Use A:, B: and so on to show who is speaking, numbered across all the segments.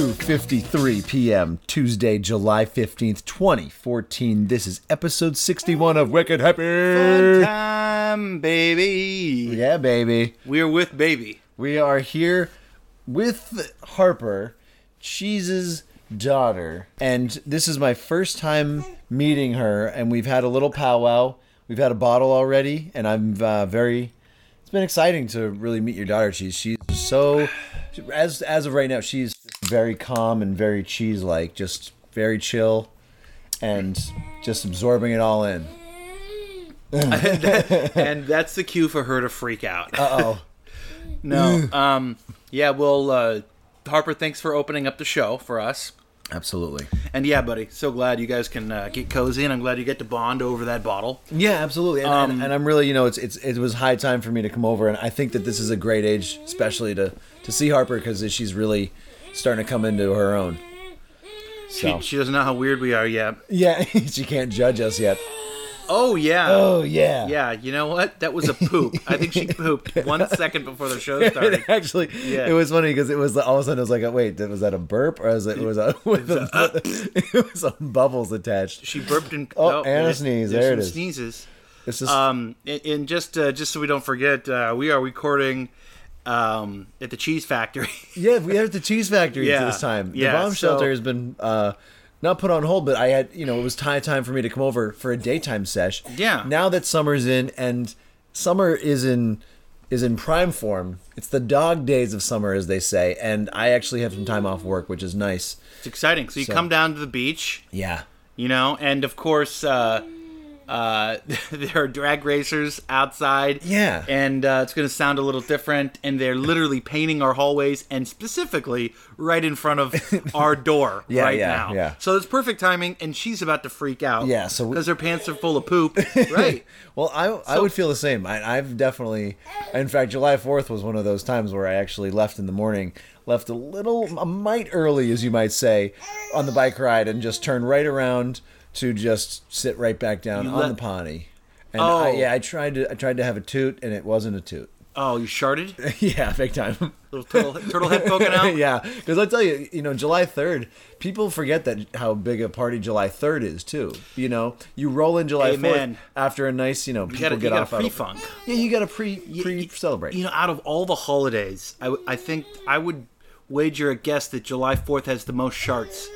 A: 8:53 p.m. Tuesday, July 15th, 2014. This is episode 61 of Wicked
B: Fun
A: Happy.
B: time, baby.
A: Yeah, baby.
B: We're with baby.
A: We are here with Harper, Cheese's daughter, and this is my first time meeting her, and we've had a little powwow. We've had a bottle already, and I'm uh, very. It's been exciting to really meet your daughter. Cheese. She's so, as as of right now, she's very calm and very cheese like, just very chill, and just absorbing it all in.
B: and that's the cue for her to freak out.
A: Uh,
B: Uh-oh.
A: mm.
B: no. Um yeah, well uh Harper, thanks for opening up the show for us.
A: Absolutely.
B: And yeah, buddy, so glad you guys can uh, get cozy, and I'm glad you get to bond over that bottle.
A: Yeah, absolutely. And, and, and I'm really, you know, it's it's it was high time for me to come over, and I think that this is a great age, especially to to see Harper because she's really starting to come into her own. So
B: She, she doesn't know how weird we are yet.
A: yeah, she can't judge us yet.
B: Oh, yeah.
A: Oh yeah,
B: Yeah, you know what? That was a poop. I think she pooped one second before the show started.
A: It actually,
B: Yeah.
A: it was funny because it was all of a sudden it was like, a, wait, was that a burp or was it was a, with a, it was some bubbles attached?
B: She burped and
A: Oh, and a
B: there's-
A: sneeze.
B: there's
A: There it
B: some
A: is.
B: Sneezes.
A: It's just
B: Um, and, and just uh, just so we don't forget, uh, we are recording um, at the Cheese Factory.
A: Yeah, we are at the cheese factory
B: Yeah,
A: this time. The
B: yeah,
A: bomb
B: so-
A: shelter has been uh, not put on hold, but I had you know it was high time for me to come over for a daytime sesh.
B: Yeah.
A: Now that summer's in and summer is in is in prime form. It's the dog days of summer, as they say, and I actually have some time off work, which is nice.
B: it's exciting. So you come down to the beach,
A: Yeah.
B: you know, and of course, uh, uh, there are drag racers outside.
A: Yeah.
B: and uh, it's going to sound a little different. And they're literally painting our hallways, and specifically right in front of our door
A: Yeah,
B: right
A: yeah,
B: now.
A: yeah.
B: So it's perfect timing, and she's about to freak out.
A: Yeah, so we-
B: because her pants are full of poop. right.
A: Well, I, I would feel the same. I, I've definitely, in fact, July 4th was one of those times where I actually left in the morning, left a little, a mite early, as you might say, on the bike ride and just turned right around to just sit right back down
B: You
A: on
B: le-
A: the Pawnee. And
B: Oh.
A: I, yeah, I tried to I tried to have a toot and it wasn't a toot.
B: Oh, you sharded?
A: yeah, big time.
B: Little turtle, turtle head poking out.
A: yeah, because I tell you, you know, July third, people forget that how big a party July third is too. You know, you roll in July fourth
B: Amen.
A: after a nice, you know, people
B: gotta- you
A: get
B: gotta
A: off out of-
B: pre-funk.
A: Yeah, you got to pre pre
B: you-
A: celebrate.
B: You know, out of all the holidays, I, w- I think I would wager a guess that July 4th has the most sharts.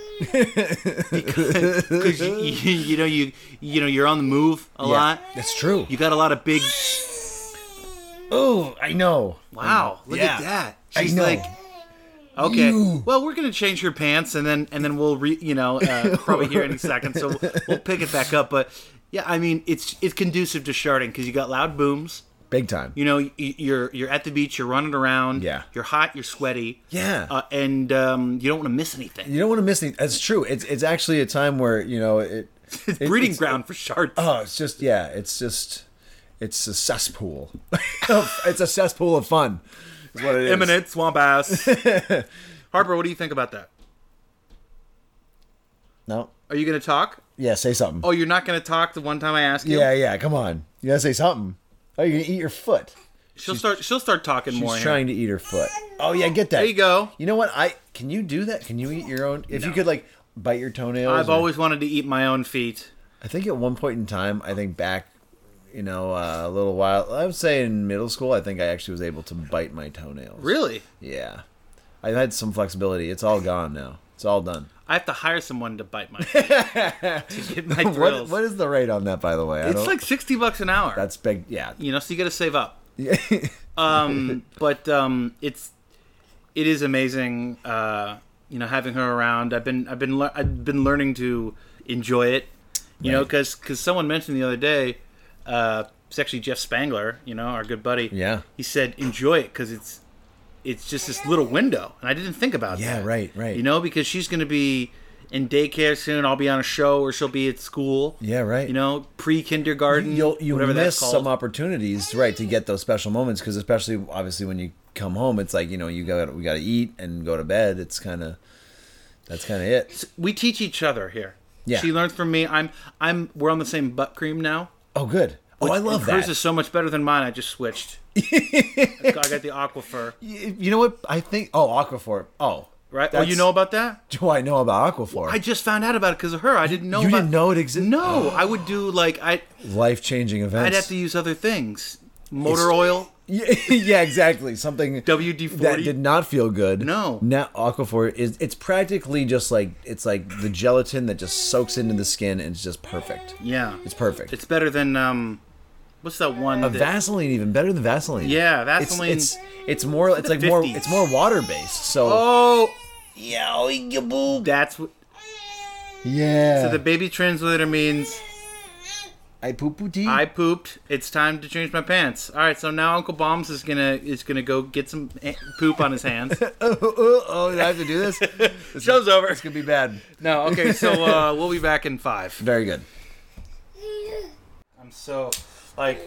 B: because 'cause you, you, you know you you know you're on the move a
A: Yeah,
B: lot.
A: That's true.
B: You got a lot of big
A: oh, I know. Mm.
B: wow. Look
A: Yeah.
B: at that.
A: I
B: She's
A: know.
B: like okay.
A: You.
B: Well, we're gonna change her pants and then and then we'll re, you know uh, probably here any second, so we'll, we'll pick it back up. But yeah, I mean it's it's conducive to sharding because you got loud booms.
A: Big time.
B: You know, y- you're you're at the beach, you're running around,
A: Yeah.
B: you're hot, you're sweaty,
A: Yeah.
B: uh, and um, you don't want to miss anything.
A: you don't want to miss anything. That's true. It's it's actually a time where you know it.
B: It's breeding
A: it's-
B: ground for sharks.
A: Oh, it's just yeah. It's just it's a cesspool. it's a cesspool of fun. Is what it is.
B: Imminent swamp ass. Harper, what do you think about that?
A: No.
B: Are you going to talk?
A: Yeah. Say something.
B: Oh, you're not going to talk the one time I ask you.
A: Yeah, yeah, come on. You gotta say something. Oh, you're gonna eat your foot.
B: she'll start. She'll start talking more.
A: She's
B: here.
A: trying to eat her foot. Oh yeah, get that.
B: There you go.
A: You know what? I can you do that? Can you eat your own? If you could like bite your toenails.
B: I've
A: or-
B: always wanted to eat my own feet.
A: I think at one point in time, I think back, you know, uh, a little while. I would say in middle school, I think I actually was able to bite my toenails.
B: Really?
A: Yeah. I've had some flexibility. It's all gone now. It's all done.
B: I have to hire someone to bite my feet to get my
A: What,
B: thrills.
A: what is the rate on that, by the way? I
B: it's
A: don't-
B: like sixty bucks an hour.
A: that's big. Yeah.
B: you know so you gotta save up um but um it's it is amazing uh you know having her around i've been i've been lear- i've been learning to enjoy it you know, 'cause know because someone mentioned the other day uh it's actually jeff spangler you know our good buddy
A: Yeah.
B: he said enjoy it because it's it's just this little window and i didn't think about
A: Yeah,
B: that
A: right, right.
B: you know because she's gonna be in daycare soon i'll be on a show or she'll be at school
A: Yeah, right.
B: you know pre-kindergarten
A: you'll you
B: whatever
A: miss
B: that's called.
A: some opportunities right to get those special moments because especially obviously when you come home it's like you know you got we got to eat and go to bed it's kind of that's kind of it
B: we teach each other here.
A: Yeah.
B: She learns from me. I'm I'm we're on the same butt cream now.
A: oh good oh i love
B: Hers
A: that
B: is so much better than mine. I just switched. I got the Aquifer.
A: Y- you know what i think oh aquaphor oh
B: right? oh,
A: That's-
B: you know about that?
A: Do I know about Aquaflor?
B: I just found out about it because of her. I didn't know.
A: you
B: about-
A: didn't know it exi-
B: No, I would do like I.
A: Life changing events.
B: I'd have to use other things. Motor oil,
A: Yeah, yeah, exactly. Something
B: WD
A: that
B: forty.
A: did not feel good.
B: No.
A: Now Aquaphor is it's practically just like it's like the gelatin that just soaks into the skin and it's just perfect.
B: Yeah,
A: It's perfect.
B: It's better than um, what's that one?
A: a
B: that-
A: Vaseline even better than Vaseline.
B: Yeah,
A: It's,
B: Vaseline.
A: it's it's more it's like more
B: 50s.
A: it's more water based. So
B: oh,
A: yeah, yeah, boo.
B: that's what
A: yeah.
B: the baby translator means.
A: I poo poo tea.
B: I pooped. It's time to change my pants. All right, so now Uncle Bombs is gonna is gonna go get some eh, poop on his hands.
A: oh, oh, oh, did I have to do this? this
B: Show's over.
A: could be bad.
B: No, okay, so uh, we'll be back in five.
A: Very good.
B: I'm so like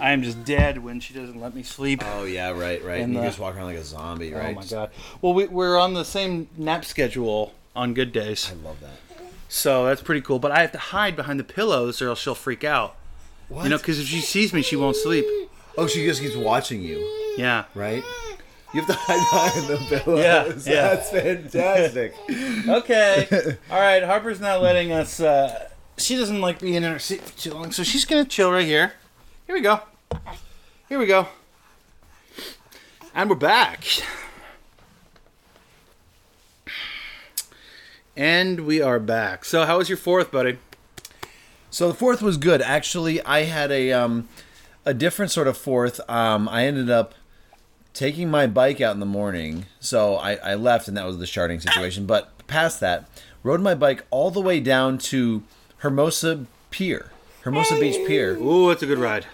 B: I am just dead when she doesn't let me sleep.
A: Oh yeah, right, right.
B: And,
A: you
B: uh,
A: just walk around like a zombie, right?
B: Oh my god. Well, we, we're on the same nap schedule on good days,
A: I love that.
B: so that's pretty cool. But I have to hide behind the pillows or else she'll freak out.
A: What?
B: You know, because if she sees me, she won't sleep.
A: oh, she just keeps watching you.
B: Yeah.
A: right? You have to hide behind the pillows.
B: Yeah, yeah.
A: That's fantastic.
B: Okay. All right. Harper's not letting us. Uh, she doesn't like being in her seat for too long, so she's gonna chill right here. Here we go. Here we go. And we're back. And we are back. So, how was your fourth, buddy?
A: so the fourth was good. Actually, I had a um, a different sort of fourth. Um, I ended up taking my bike out in the morning. So I, I left, and that was the sharding situation. But past that, rode my bike all the way down to Hermosa Pier, Hermosa Beach Pier.
B: Ooh, that's a good ride.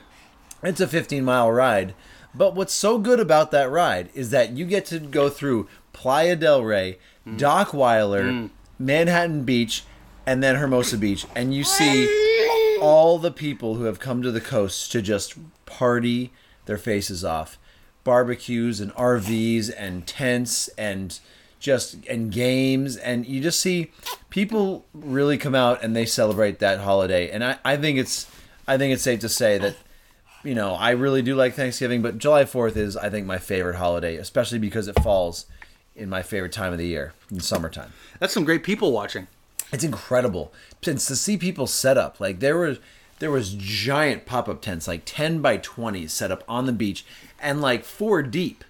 A: It's a 15 mile ride. But what's so good about that ride is that you get to go through Playa del Rey, Dockweiler, Manhattan Beach, and then Hermosa Beach, and you see all the people who have come to the coast to just party their faces off. Barbecues and RVs and tents and just and games and you just see people really come out and they celebrate that holiday. And I, I think it's I think it's safe to say that you know, I really do like Thanksgiving, but July 4th is, I think, my favorite holiday, especially because it falls in my favorite time of the year, in summertime.
B: That's some great people watching.
A: It's incredible. Since to see people set up, like there was there was giant pop-up tents, like 10 by 20 set up on the beach and like four deep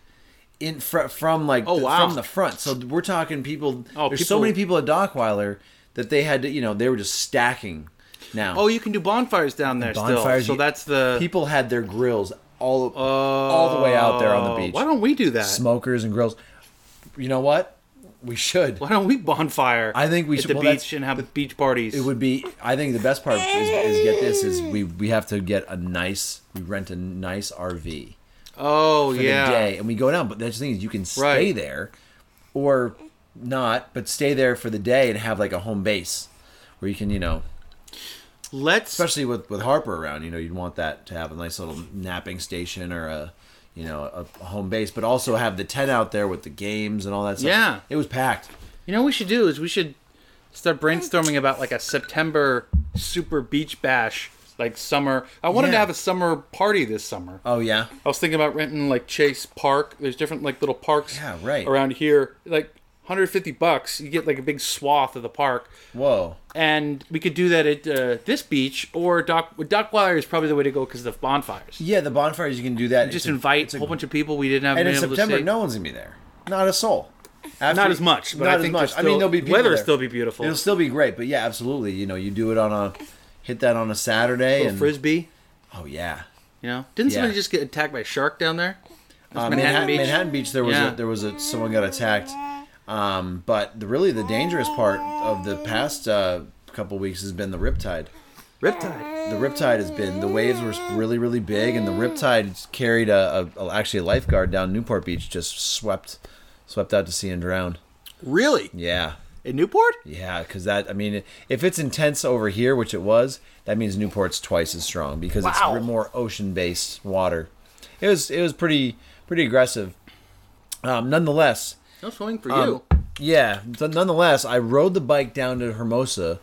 A: in fr- from like
B: Oh,
A: the-
B: wow.
A: from the front. So we're talking people
B: Oh,
A: there's
B: people-
A: so many people at Dockweiler that they had to, you know, they were just stacking now.
B: Oh, you can do bonfires down there
A: Bonfires,
B: still. So
A: you-
B: that's the
A: people had their grills all all the way out there on the beach.
B: Oh, Why don't we do that?
A: smokers and grills. You know what? We should.
B: Why don't we bonfire?
A: I think we
B: at
A: should-
B: the
A: well, that's-
B: beach and have beach parties.
A: It would be. I think the best part is, is get this is we we have to get a nice we rent a nice RV
B: oh
A: for
B: yeah,
A: the day and we go down. But that's the thing is you can stay
B: Right.
A: there, or not, but stay there for the day and have like a home base where you can you know
B: let's
A: especially with with Harper around, you know, you'd want that to have a nice little napping station or a you know a, a home base, but also have the tent out there with the games and all that stuff.
B: Yeah.
A: it was packed.
B: You know what we should do is we should start brainstorming about like a September super beach bash, like summer. I wanted to
A: Yeah.
B: have a summer party this summer.
A: Oh yeah,
B: I was thinking about renting like Chase Park. There's different like little parks
A: Yeah, right.
B: around here. Like 150 bucks, you get like a big swath of the park.
A: whoa,
B: And we could do that at uh, this beach or Doc Dockweiler is probably the way to go because of the bonfires.
A: yeah, the bonfires you can do that. It's
B: Just
A: a-
B: invite
A: it's
B: a, whole bunch of people we didn't have
A: and
B: been
A: in
B: able
A: September,
B: to see.
A: no one's gonna be there, not a soul. After-
B: Not as much, but I think there's
A: I mean,
B: still-
A: there'll be people
B: weather will
A: there.
B: still be beautiful.
A: It'll still be great, but yeah, absolutely. You know, you do it on a hit that on a Saturday
B: Little
A: and
B: frisbee.
A: oh yeah,
B: You know, didn't somebody
A: Yeah.
B: just get attacked by a shark down there?
A: Uh,
B: Manhattan
A: Manhattan,
B: Beach?
A: Beach. Manhattan Beach. There was
B: Yeah.
A: a, there was a someone got attacked. Um, but the, really, the dangerous part of the past uh, couple weeks has been the riptide.
B: Riptide.
A: The riptide has been the waves were really really big, and the riptide carried a, a, a actually a lifeguard down Newport Beach, just swept swept out to sea and drowned.
B: Really?
A: Yeah.
B: In Newport?
A: Yeah, because that I mean, if it's intense over here, which it was, that means Newport's twice as strong because it's
B: Wow.
A: re- more ocean-based water. It was it was pretty pretty aggressive. Um, nonetheless,
B: No swimming for
A: um,
B: you.
A: yeah. So nonetheless, I rode the bike down to Hermosa,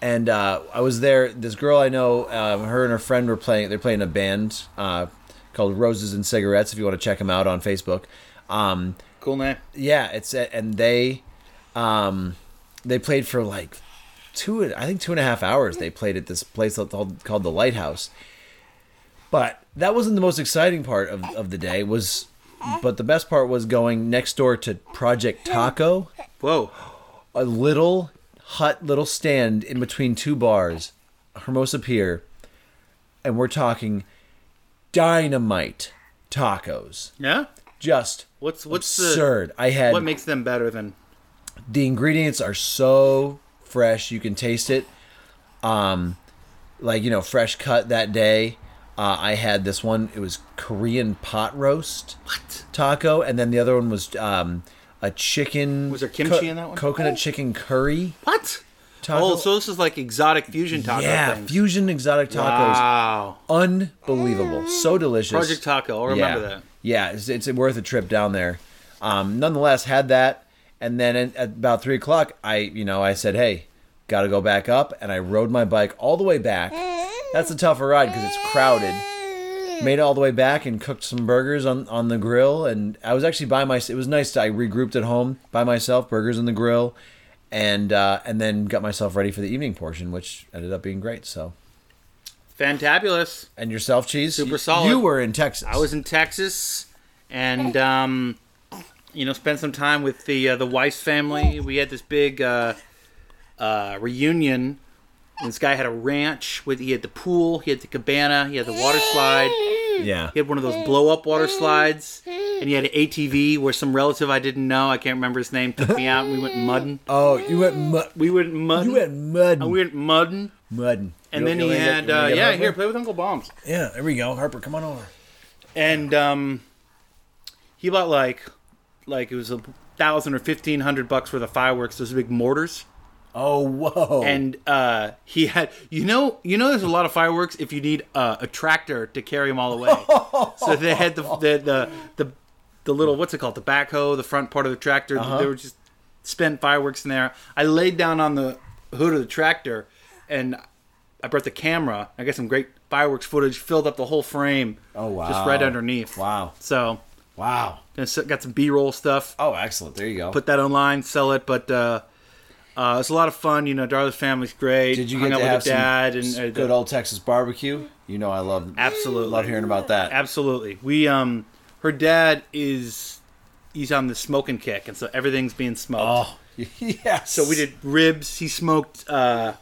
A: and uh, I was there. This girl I know, um, her and her friend were playing. They're playing a band uh, called Roses and Cigarettes. If you want to check them out on Facebook, um,
B: Cool name.
A: yeah, it's and they Um, they played for like two, I think two and a half hours. They played at this place called called the Lighthouse. But that wasn't the most exciting part of, of the day. Was but the best part was going next door to Project Taco,
B: Whoa.
A: a little hut, little stand in between two bars, Hermosa Pier, and we're talking dynamite tacos.
B: Yeah.
A: Just
B: What's what's
A: absurd. I
B: the
A: had
B: what makes them better than?
A: the ingredients are so fresh you can taste it um like you know fresh cut that day uh, i had this one it was korean pot roast taco and then the other one was um a chicken
B: Was there kimchi in that one?
A: coconut chicken curry
B: What?
A: taco
B: Oh, so this is like exotic fusion taco
A: yeah
B: things.
A: fusion exotic tacos
B: Wow.
A: unbelievable so delicious
B: Project Taco. I'll remember
A: yeah.
B: that.
A: Yeah, it's, it's worth a trip down there. Um, nonetheless, had that, and then at at about three o'clock, I you know I said, hey, got to go back up, and I rode my bike all the way back. That's a tougher ride because it's crowded. Made it all the way back and cooked some burgers on, on the grill, and I was actually by my. It was nice. I regrouped at home by myself, burgers on the grill, and uh, and then got myself ready for the evening portion, which ended up being great. So,
B: Fantabulous.
A: and yourself, cheese,
B: Super
A: You-
B: solid.
A: You were in Texas.
B: I was in Texas, and um, you know, spent some time with the uh, the Weiss family. We had this big uh, uh, reunion. And this guy had a ranch with he had the pool, he had the cabana, he had the water slide,
A: yeah.
B: he had one of those blow up water slides, and he had an ATV where some relative I didn't know, I can't remember his name, took me out and we went mudding.
A: Oh, you went. Mu-
B: We went mudding.
A: You went mud.
B: we went mudding.
A: mud.
B: And then he had uh, yeah, here play with Uncle Bombs.
A: Yeah, there we go. Harper, come on over.
B: and um, he bought like like it was a thousand or fifteen hundred bucks worth of fireworks. Those big mortars,
A: Oh, whoa.
B: and uh, he had you know you know there's a lot of fireworks if you need uh, a tractor to carry them all away. so they had the the, the the the little what's it called the backhoe, the front part of the tractor.
A: Uh-huh.
B: They were just spent fireworks in there. I laid down on the hood of the tractor, and I brought the camera. I got some great fireworks footage, filled up the whole frame.
A: Oh,
B: Just
A: wow.
B: right underneath.
A: Wow.
B: So
A: wow.
B: Gonna s- got some b-roll stuff
A: Oh, excellent. There you go.
B: put that online sell it but uh uh, it's a lot of fun, you know. Darla's family's great.
A: Did you
B: Hung
A: get
B: out
A: to
B: with
A: have
B: her dad
A: some
B: and uh,
A: good old Texas barbecue? You know, I love
B: Absolutely.
A: love hearing about that.
B: absolutely. We um, her dad is he's on the smoking kick, and so everything's being smoked.
A: oh, yes.
B: So we did ribs. He smoked uh,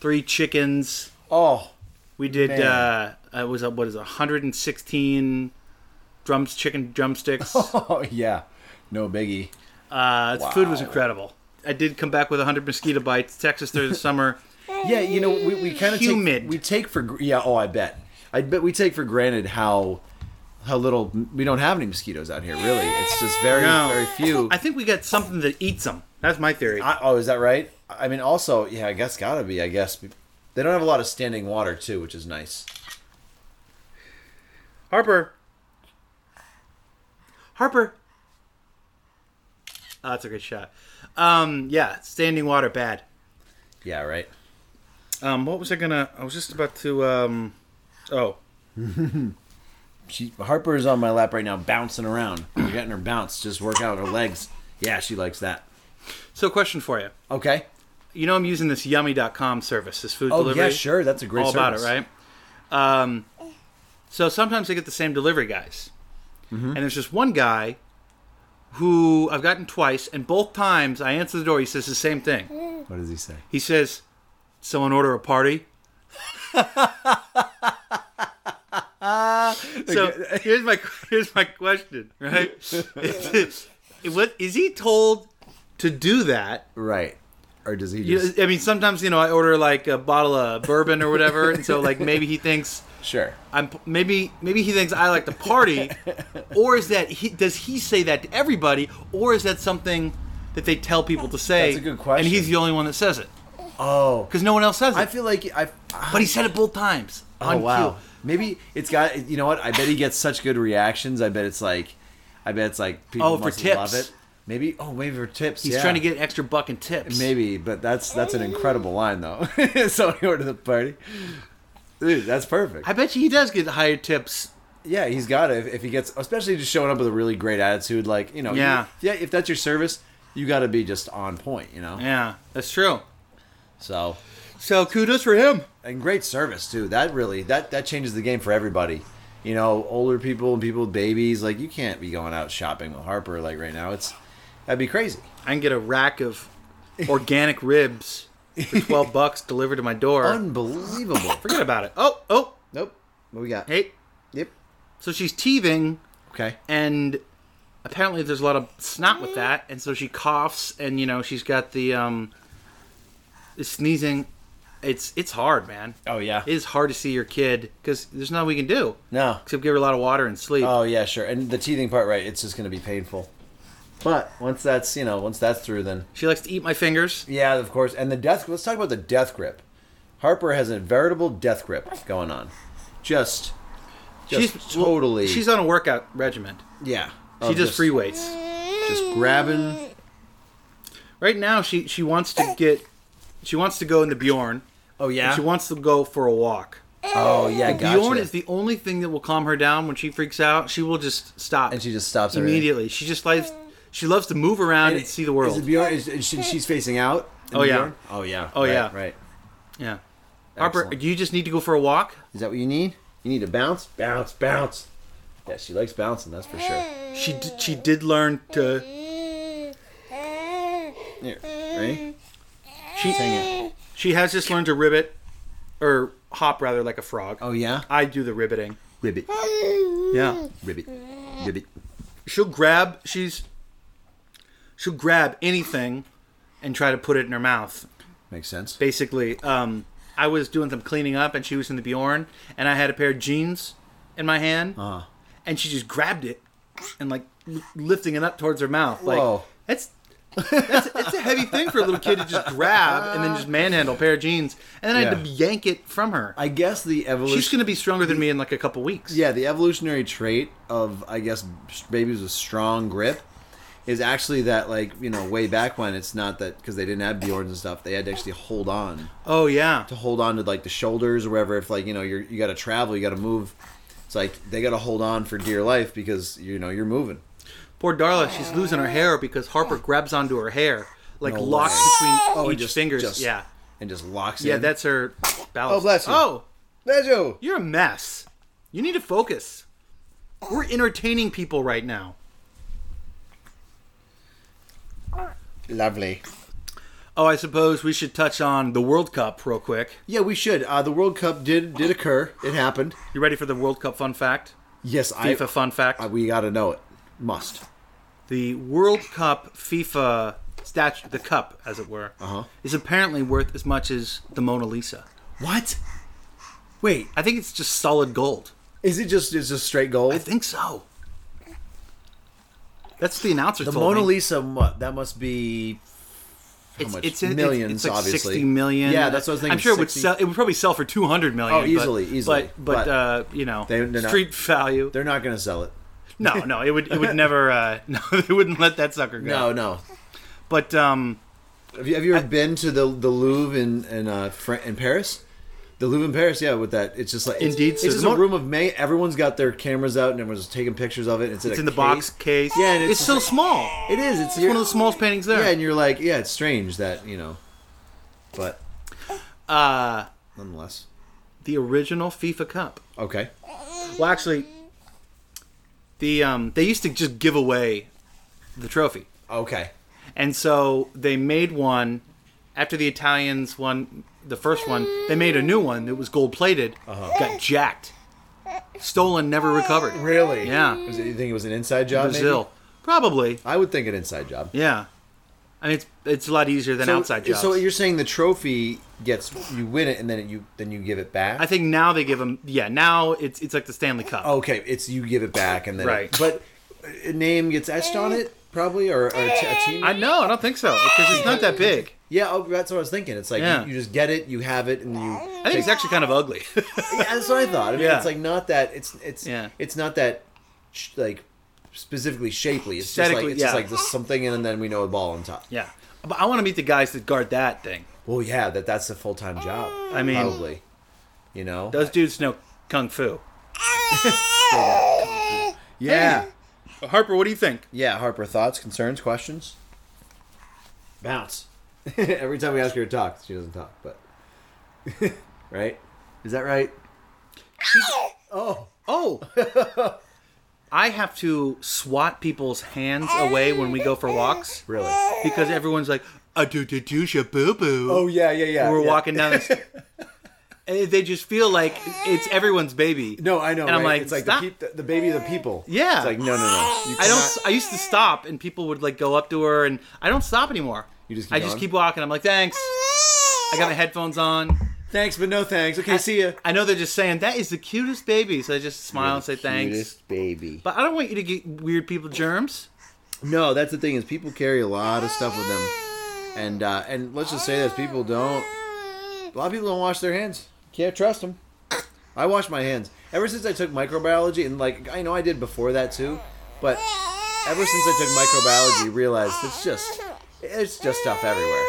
B: three chickens.
A: Oh,
B: We did
A: Man.
B: uh, it was a, what is it, 116 drums chicken drumsticks.
A: oh yeah. No biggie.
B: Uh, its Food was
A: Wow.
B: incredible. I did come back with 100 mosquito bites. Texas during the summer.
A: Yeah, you know, we, we kind of
B: Humid.
A: Take, we take for gr- yeah. Oh, I bet. I bet we take for granted how how little we don't have any mosquitoes out here. Really, it's just very
B: No.
A: very few.
B: I think we got something that eats them. That's my theory.
A: I, oh, is that right? I mean, also, yeah, I guess gotta be. I guess they don't have a lot of standing water too, which is nice.
B: Harper. Harper. Oh, that's a good shot. Um, yeah, standing water bad.
A: Yeah, right.
B: Um, what was I gonna? I was just about to. Um, oh,
A: She Harper is on my lap right now, bouncing around. We're getting her bounce, just work out her legs. Yeah, she likes that.
B: so question for you.
A: Okay.
B: You know I'm using this Yummy.com service, this food
A: Oh
B: delivery.
A: yeah, sure. That's a great.
B: all
A: service.
B: about it, right? Um, so sometimes I get the same delivery guys,
A: Mm-hmm.
B: and there's just one guy who I've gotten twice, and both times I answer the door, he says the same thing.
A: What does he say?
B: He says, "Someone order a party." so here's my here's my question, right? Is, it- what is he told to do that?
A: Right. Or does he
B: You know,
A: just?
B: I mean, sometimes you know I order like a bottle of bourbon or whatever, and so like maybe he thinks
A: Sure.
B: I'm maybe maybe he thinks I like to party, or is that he, does he say that to everybody, or is that something that they tell people to say?
A: That's a good question.
B: And he's the only one that says it
A: Oh,
B: because no one else says it.
A: I feel like I.
B: but he said it both times.
A: Oh
B: on
A: wow.
B: cue.
A: Maybe it's got. You know what? I bet he gets such good reactions. I bet it's like. I bet it's like people
B: Oh, for
A: must
B: tips.
A: love it. Maybe. Oh, maybe for tips.
B: He's
A: yeah.
B: trying to get an extra buck in tips.
A: Maybe, but that's that's an incredible line though. so he ordered the party. Dude, that's perfect.
B: I bet you he does get higher tips.
A: yeah, he's got it. If, if he gets, especially just showing up with a really great attitude, like you know,
B: Yeah.
A: you- yeah. If that's your service, you got to be just on point, you know.
B: Yeah, that's true.
A: So
B: So kudos for him.
A: and great service too. That really that that changes the game for everybody. You know, older people and people with babies, like you can't be going out shopping with Harper like right now. It's that'd be crazy.
B: I can get a rack of organic ribs for twelve bucks delivered to my door.
A: Unbelievable.
B: Forget about it. Oh, oh,
A: nope. What we got?
B: hey.
A: Yep.
B: So she's teething,
A: Okay.
B: and apparently there's a lot of snot with that, and so she coughs, and you know she's got the um, the sneezing. It's it's hard, man.
A: Oh yeah.
B: It is hard to see your kid because there's nothing we can do
A: No.
B: except give her a lot of water and sleep.
A: Oh yeah, sure. And the teething part, right? It's just gonna be painful. But once that's you know once that's through, then
B: She likes to eat my fingers.
A: yeah, of course. And the death. Let's talk about the death grip. Harper has a veritable death grip going on. Just, just
B: well,
A: totally. Oh,
B: she's on a workout regimen.
A: yeah.
B: She
A: Of
B: does free weights.
A: just grabbing.
B: Right now, she she wants to get, she wants to go into Bjorn.
A: Oh
B: and
A: yeah.
B: she wants to go for a walk.
A: oh yeah. Gotcha.
B: Bjorn is the only thing that will calm her down when she freaks out. She will just stop
A: and she just stops everything.
B: immediately. She just likes, she loves to move around and,
A: it-
B: see the
A: Is it
B: world.
A: Bjorn? Is, is she, she's facing out. in
B: Oh, yeah.
A: Bjorn? Oh yeah.
B: Oh,
A: Right,
B: yeah.
A: Right.
B: yeah, Harper,
A: Excellent.
B: you just need to go for a walk.
A: Is that what you need? You need to bounce, bounce, bounce. Yeah, she likes bouncing. That's for sure.
B: She d- she did learn to
A: Here, ready?
B: she
A: Sing it.
B: she has just learned to ribbit or hop rather like a frog.
A: Oh yeah.
B: I do the ribbiting.
A: Ribbit,
B: Yeah.
A: ribbit, ribbit.
B: she'll grab she's she'll grab anything and try to put it in her mouth
A: Makes sense.
B: basically um i was doing some cleaning up and she was in the bjorn and i had a pair of jeans in my hand
A: Uh,
B: and she just grabbed it and like l- lifting it up towards her mouth like
A: Whoa.
B: that's that's it's a heavy thing for a little kid to just grab and then just manhandle a pair of jeans and then i had to
A: Yeah.
B: yank it from her
A: I guess the evolution.
B: she's gonna be stronger than me in like a couple weeks
A: yeah, the evolutionary trait of I guess babies with strong grip is actually that like you know way back when it's not that because they didn't have Bjorns and stuff they had to actually hold on
B: oh yeah
A: to hold on to like the shoulders or wherever if like you know you're you got to travel you got to move it's like they got to hold on for dear life because you know you're moving
B: Poor Darla, she's losing her hair because Harper grabs onto her hair, like
A: No
B: locks
A: way. Oh,
B: between
A: and
B: each fingers. yeah,
A: and just locks
B: yeah,
A: in.
B: that's her balance.
A: Oh, bless you.
B: Oh,
A: that's you
B: you're a mess. You need to focus. We're entertaining people right now.
A: lovely
B: Oh, I suppose we should touch on the World Cup real quick.
A: yeah we should uh, the World Cup did did occur it happened
B: You ready for the World Cup fun fact?
A: yes
B: FIFA
A: I
B: fun fact.
A: Uh, we got to know it. Must.
B: the World Cup FIFA statue, the cup, as it were,
A: Uh-huh.
B: is apparently worth as much as the Mona Lisa.
A: What? Wait,
B: I think it's just solid gold.
A: is it just is just straight
B: I
A: gold?
B: think so. That's the announcer.
A: The
B: told
A: Mona
B: me.
A: Lisa. What? That must be
B: It's,
A: much?
B: it's- it's-
A: Millions,
B: It's, like
A: obviously.
B: sixty million.
A: Yeah, that's what I was thinking,
B: I'm sure it would
A: 60.
B: sell. It would probably sell for two hundred million.
A: Oh,
B: but-
A: easily, easily.
B: But but,
A: But
B: uh, you know,
A: they- they're not-
B: street value.
A: they're not going to sell it.
B: No, no, it would it would never. Uh, no, they wouldn't let that sucker
A: No,
B: go.
A: no.
B: But um,
A: Have you, have you ever been to the the Louvre in in uh, Fran- in Paris? The Louvre in Paris, yeah, with that, it's just like it's-
B: Indeed,
A: It's,
B: so
A: just
B: the
A: a
B: Mon-
A: room of May. Everyone's got their cameras out and everyone's taking pictures of it. It's in,
B: it's
A: a
B: in the
A: case.
B: box case.
A: Yeah, and it's
B: it's,
A: just
B: so
A: like-
B: small.
A: It is. It's,
B: It's one of the smallest paintings there.
A: Yeah, and you're like, yeah, it's strange that you know, but
B: uh,
A: nonetheless,
B: the original FIFA Cup.
A: okay.
B: Well, actually, the um, they used to just give away the trophy.
A: Okay.
B: And so they made one after the Italians won the first one. They made a new one that was gold plated,
A: Uh-huh.
B: got jacked, stolen, never recovered.
A: Really?
B: Yeah.
A: Was it, you think it was an inside job? maybe?
B: Brazil, probably.
A: I would think an inside job.
B: Yeah, I mean it's it's a lot easier than
A: So-
B: outside jobs.
A: So you're saying the trophy gets you win it and then you then you give it back.
B: I think now they give them. Yeah, now it's it's like the Stanley Cup.
A: okay, it's you give it back and then
B: Right.
A: but a name gets etched on it probably or, or a, t- a team.
B: I know. I don't think so because it's not that big.
A: yeah, oh, that's what I was thinking. It's like
B: Yeah.
A: you, you just get it, you have it, and you.
B: I think it's actually kind of ugly.
A: yeah, that's what I thought. I mean,
B: Yeah.
A: it's like not that. It's it's
B: Yeah.
A: it's not that sh- like specifically shapely. It's just like
B: Aesthetically,
A: it's just
B: yeah.
A: like this something, and then we know a ball on top.
B: yeah, but I want to meet the guys that guard that thing.
A: Well, yeah, that that's a full time job.
B: I mean-
A: probably. You know.
B: Those dudes know kung fu.
A: yeah.
B: Harper, what do you think?
A: Yeah, Harper, thoughts, concerns, questions? bounce. Every time we ask her to talk, she doesn't talk. But right? Is that right?
B: Oh, I have to swat people's hands away when we go for walks
A: Really?
B: because everyone's like, "A do do do sha boo boo."
A: Oh yeah, yeah, yeah.
B: we're
A: yeah.
B: walking down. This, and they just feel like it's everyone's baby.
A: No, I know.
B: And I'm
A: right?
B: like,
A: it's like
B: "Stop."
A: the, peop- the, the baby of the people.
B: Yeah.
A: It's like no, no, no. You
B: I don't.
A: cannot-
B: s- I used to stop, and people would like go up to her, and I don't stop anymore.
A: You just keep
B: I just
A: going?
B: keep walking. I'm like, thanks. I got my headphones on.
A: Thanks, but no thanks. Okay, see ya.
B: I know they're just saying that is the cutest baby, so I just smile and say thanks.
A: Cutest baby.
B: But I don't want you to get weird people germs.
A: No, that's the thing is people carry a lot of stuff with them, and uh, and let's just say this: people don't. A lot of people don't wash their hands. Can't trust them. I wash my hands ever since I took microbiology, and like I know I did before that too, but ever since I took microbiology, realized it's just it's just stuff everywhere.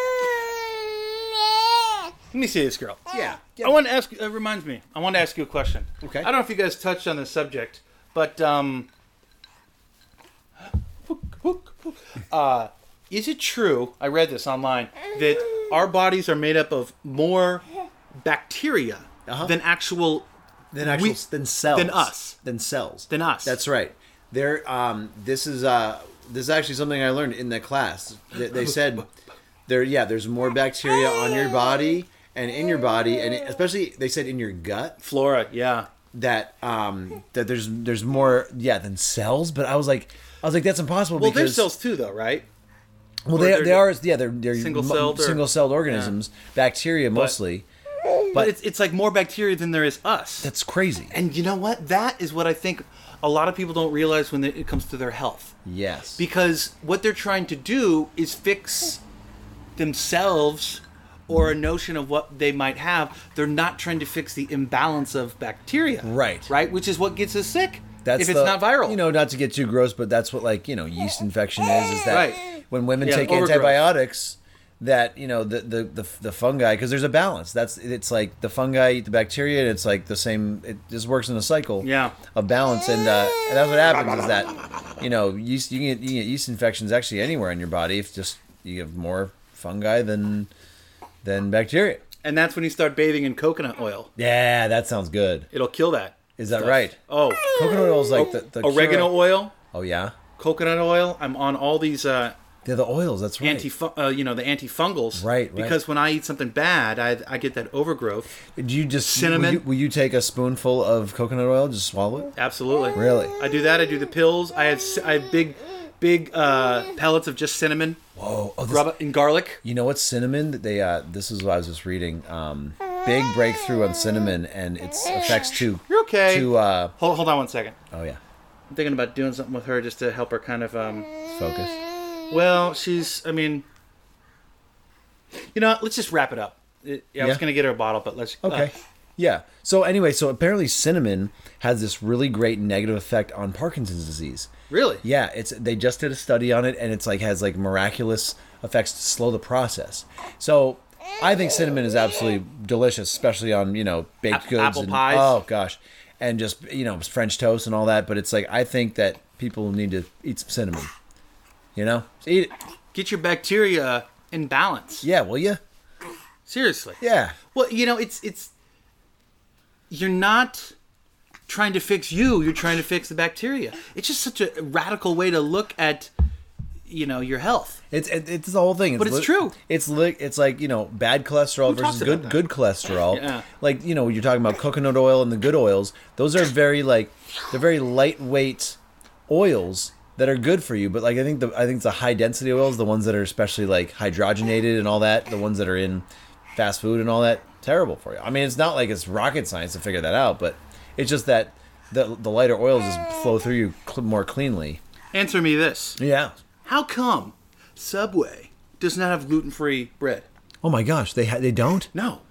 B: Let me see this girl.
A: Yeah.
B: I want to ask. It reminds me. I want to ask you a question.
A: Okay.
B: I don't know if you guys touched on this subject, but um, uh, is it true? I read this online that our bodies are made up of more bacteria
A: Uh-huh.
B: than actual
A: than actual
B: We-
A: than cells
B: than us.
A: than cells
B: Than us.
A: That's right. There. Um. This is uh. This is actually something I learned in the class. They, they said there. Yeah. There's more bacteria on your body and in your body, and it, especially they said in your gut
B: flora. Yeah.
A: that um that there's there's more yeah than cells. But I was like. I was like, that's impossible.
B: Well, there's
A: because,
B: cells too, though, right?
A: Well,
B: or
A: they,
B: they're
A: they are. Yeah, they're they're
B: single-celled or-
A: single celled organisms, bacteria mostly.
B: But it's it's like more bacteria than there is us.
A: That's crazy.
B: and you know what? That is what I think a lot of people don't realize when it comes to their health.
A: Yes.
B: because what they're trying to do is fix themselves or a notion of what they might have. They're not trying to fix the imbalance of bacteria.
A: Right.
B: Right, which is what gets us sick
A: That's
B: if it's
A: the-
B: not viral.
A: You know, not to get too gross, but that's what like you know yeast infection is. Is that
B: Right.
A: when women
B: Yeah,
A: take
B: overgrowth.
A: antibiotics, that you know the the the, the fungi because there's a balance. That's it's like the fungi eat the bacteria, and it's like the same. It just works in a cycle.
B: Yeah.
A: of balance, and, uh, and that's what happens is that you know yeast you can get, you can get yeast infections actually anywhere in your body if just you have more fungi than than bacteria.
B: and that's when you start bathing in coconut oil.
A: Yeah, that sounds good.
B: It'll kill that.
A: Is that right?
B: Oh,
A: Coconut oil is like the, the cure-
B: oregano oil,
A: Oh yeah,
B: coconut oil. I'm on all these uh,
A: they're the oils. That's right.
B: anti, uh, you know, the antifungals.
A: Right, right.
B: Because when I eat something bad, I, I get that overgrowth.
A: Do you just
B: Cinnamon.
A: Will you, will you take a spoonful of coconut oil, just swallow it?
B: Absolutely.
A: Really?
B: I do that. I do the pills. I have c- I have big, big uh, pellets of just cinnamon,
A: Whoa! Oh, this,
B: rub it in garlic.
A: you know what cinnamon? that They uh, this is what I was just reading. Um, big breakthrough on cinnamon and its effects to
B: You're okay.
A: to uh,
B: hold hold on one second.
A: oh yeah,
B: I'm thinking about doing something with her just to help her kind of. Um,
A: focus.
B: well, she's. I mean, you know, what? let's just wrap it up. It- yeah, I was
A: Yeah.
B: gonna get her a bottle, but let's. uh,
A: Okay. Yeah. So anyway, so apparently cinnamon has this really great negative effect on Parkinson's disease.
B: really?
A: Yeah, it's they just did a study on it, and it's like has like miraculous effects to slow the process. So I think cinnamon is absolutely delicious, especially on you know baked
B: Ap-
A: goods
B: apple
A: and
B: pies.
A: oh gosh, and just you know French toast and all that. But it's like I think that people need to eat some cinnamon. You know, So eat it.
B: Get your bacteria in balance.
A: Yeah, will you?
B: Seriously.
A: Yeah,
B: Well, you know, it's it's you're not trying to fix you, you're trying to fix the bacteria. It's just such a radical way to look at you know, your health.
A: it's it, it's the whole thing.
B: But it's true.
A: It's li- it's like you know bad cholesterol
B: Who talks
A: versus
B: about
A: good
B: that?
A: good cholesterol.
B: Yeah.
A: Like you know you're talking about coconut oil and the good oils. Those are very like they're very lightweight oils that are good for you. But like I think the I think the high density oils, the ones that are especially like hydrogenated and all that, the ones that are in fast food and all that, terrible for you. I mean it's not like it's rocket science to figure that out, but it's just that the the lighter oils just flow through you cl- more cleanly.
B: Answer me this.
A: Yeah.
B: How come Subway does not have gluten-free bread?
A: Oh my gosh, they ha- they don't.
B: No.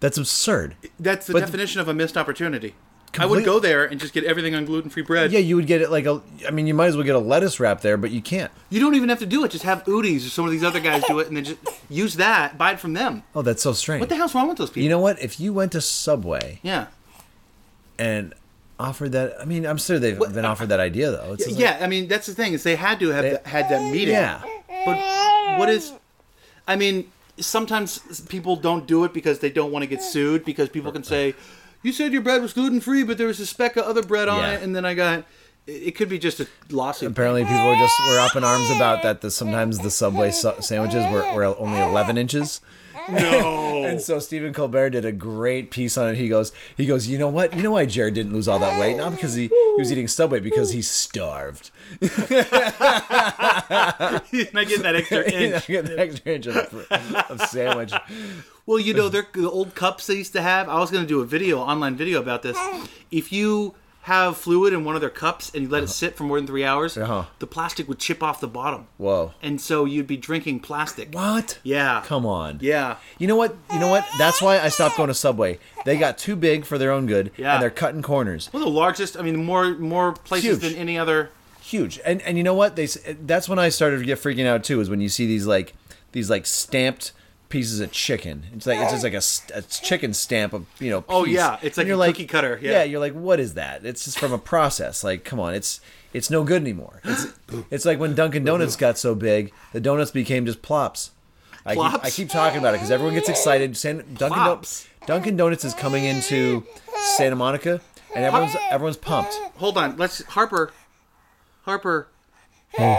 A: That's absurd.
B: That's the
A: But-
B: definition of a missed opportunity. I would
A: Complete-
B: go there and just get everything on gluten-free bread.
A: Yeah, you would get it like a. I mean, you might as well get a lettuce wrap there, but you can't.
B: You don't even have to do it. Just have Udi's or some of these other guys do it and then just use that, buy it from them.
A: Oh, that's so strange.
B: What the hell's wrong with those people?
A: You know what? If you went to Subway
B: yeah.
A: and offered that, I mean, I'm sure they've been offered that idea though. It's just like-
B: Yeah, I mean that's the thing is they had to have
A: They-
B: th- had that meeting.
A: yeah.
B: But what is I mean, sometimes people don't do it because they don't want to get sued because people can say, "You said your bread was gluten free, but there was a speck of other bread on
A: Yeah.
B: it," and then I got. It it could be just a lawsuit.
A: Apparently, people were just were up in arms about that. The sometimes the Subway su- sandwiches were, were only eleven inches.
B: No.
A: And so Stephen Colbert did a great piece on it. He goes, he goes, you know what? You know why Jared didn't lose all that weight? Not because he, he was eating Subway, because he starved.
B: and I get that extra
A: You know,
B: inch.
A: get the extra inch of, of sandwich.
B: Well, you know, they're the old cups they used to have. I was going to do a video, online video about this. If you have fluid in one of their cups and you let it sit for more than three hours,
A: Uh-huh.
B: the plastic would chip off the bottom.
A: Whoa.
B: And so you'd be drinking plastic.
A: What?
B: Yeah.
A: Come on.
B: Yeah.
A: You know what? You know what? That's why I stopped going to Subway. They got too big for their own good,
B: Yeah.
A: and they're cutting corners.
B: One of the largest, I mean, more more places
A: Huge.
B: than any other.
A: huge. And and you know what? They s- that's when I started to get freaking out too. Is when you see these like these like stamped pieces of chicken. It's like it's just like a, s- a chicken stamp of you know.
B: Oh,
A: piece.
B: yeah. It's like
A: And
B: a cookie cutter. Yeah.
A: yeah. You're like, what is that? It's just from a process. Like, come on, it's it's no good anymore. It's it's like when Dunkin' Donuts got so big, the donuts became just plops. I
B: Plops?
A: Keep, I keep talking about it because everyone gets excited. San, Dunkin'
B: Plops.
A: Donuts. Dunkin' Donuts is coming into Santa Monica, and everyone's everyone's pumped.
B: Hold on. Let's. Harper. Harper.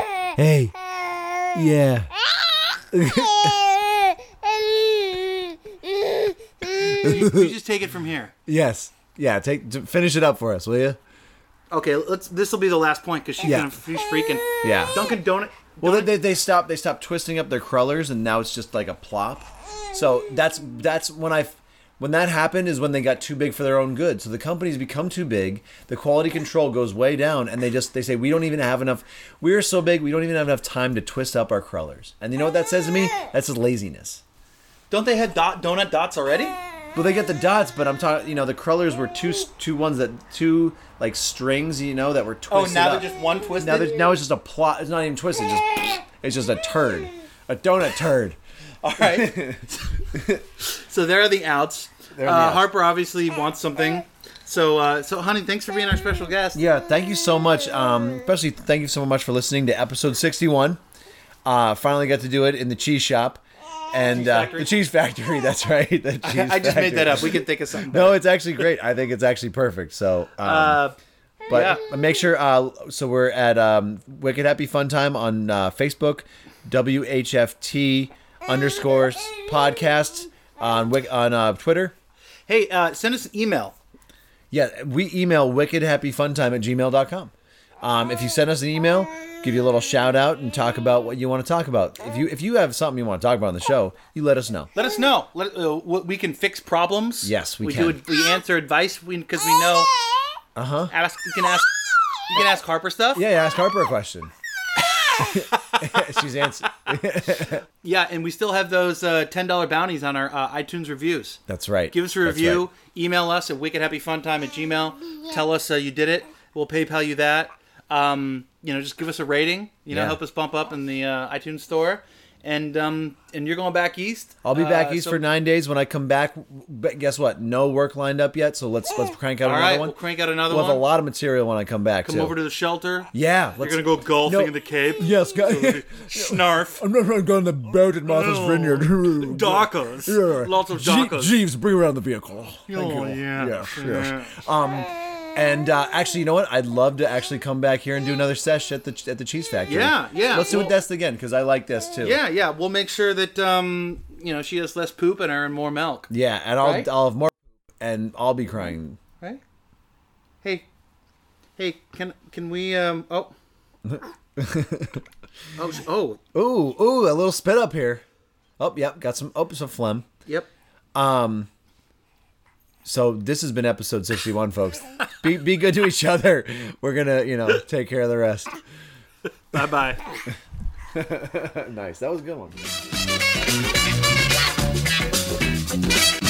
A: Hey, yeah.
B: You just take it from here.
A: Yes. Yeah. Take t- finish it up for us, will you?
B: Okay, let's. This will be the last point because she's
A: Yeah.
B: gonna she's freaking.
A: Yeah.
B: Dunkin' Donut.
A: Well, they, they, they stopped they stopped twisting up their crullers, and now it's just like a plop. So that's that's when I when that happened is when they got too big for their own good. So the companies become too big, the quality control goes way down, and they just they say we don't even have enough. We are so big, we don't even have enough time to twist up our crullers. And you know what that says to me? That says laziness.
B: Don't they have dot donut dots already?
A: Well, they get the dots, but I'm talking. You know, the crullers were two two ones that two like strings. You know that were
B: Oh,
A: twisted.
B: now
A: up.
B: they're just one twisted.
A: Now, there's, now it's just a plot. It's not even twisted. It's just, it's just a turd, a donut turd.
B: All right. so there are the outs.
A: are the
B: Uh,
A: outs.
B: Harper obviously wants something. So, uh, so honey, thanks for being our special guest.
A: Yeah. Thank you so much. Um, especially thank you so much for listening to episode 61. Uh, finally got to do it in the cheese shop and uh,
B: Factory.
A: the cheese factory. That's right. The cheese
B: I just made
A: factory.
B: that up. We can think of something.
A: No, it's actually great. I think it's actually perfect. So, um,
B: Uh,
A: but make sure. Uh, so we're at um, Wicked Happy Fun Time on uh, Facebook, WHFT underscores podcast on Wik- on uh, Twitter.
B: hey, uh, send us an email.
A: Yeah, we email wickedhappyfuntime at gmail.com. Um, if you send us an email, give you a little shout out and talk about what you want to talk about. If you if you have something you want to talk about on the show, you let us know.
B: Let us know. Let, uh, what- we can fix problems.
A: Yes, we
B: Do
A: can.
B: it, we answer advice because we know. Uh huh. Ask. You can ask. You can ask Harper stuff.
A: Yeah, yeah ask Harper a question. She's answered.
B: Yeah, and we still have those uh, ten dollar bounties on our uh, iTunes reviews.
A: That's right.
B: Give us a
A: That's
B: review.
A: right.
B: Email us at wickedhappyfuntime at gmail. Tell us uh, you did it. We'll PayPal you that. Um, you know, just give us a rating. You know,
A: Yeah.
B: help us bump up in the uh, iTunes store. And um, and you're going back east.
A: I'll be back
B: Uh,
A: east
B: so-
A: for nine days. When I come back, but guess what? No work lined up yet. So let's let's crank out
B: All
A: another
B: right,
A: one.
B: we'll crank out another
A: We'll have a
B: one.
A: lot of material when I come back.
B: Come
A: too.
B: over to the shelter.
A: yeah.
B: You're gonna go golfing
A: No.
B: in the Cape.
A: Yes, guys.
B: Snarf.
A: I'm not going to go on the boat at Martha's
B: No.
A: Vineyard.
B: Docas.
A: Yeah.
B: Lots of
A: Jeeves-
B: docas.
A: Jeeves, bring around the vehicle. Thank
B: Oh,
A: you.
B: yeah.
A: Yes,
B: Yeah.
A: yes. Um, and uh, actually, you know what? I'd love to actually come back here and do another sesh at the at the cheese factory.
B: Yeah, yeah.
A: Let's do
B: Well-
A: it this again because I like this too.
B: Yeah, yeah. We'll make sure that um, you know she has less poop in her and more milk.
A: Yeah, and I'll
B: Right?
A: I'll have more, and I'll be crying.
B: Right? Hey, hey, can can we? Um, oh, oh, sh- oh,
A: Ooh, ooh, a little spit up here. Oh, yep, got some. Oh, some phlegm.
B: yep.
A: So this has been episode sixty-one, folks. be be good to each other. We're gonna, you know, take care of the rest.
B: Bye bye.
A: Nice. That was a good one.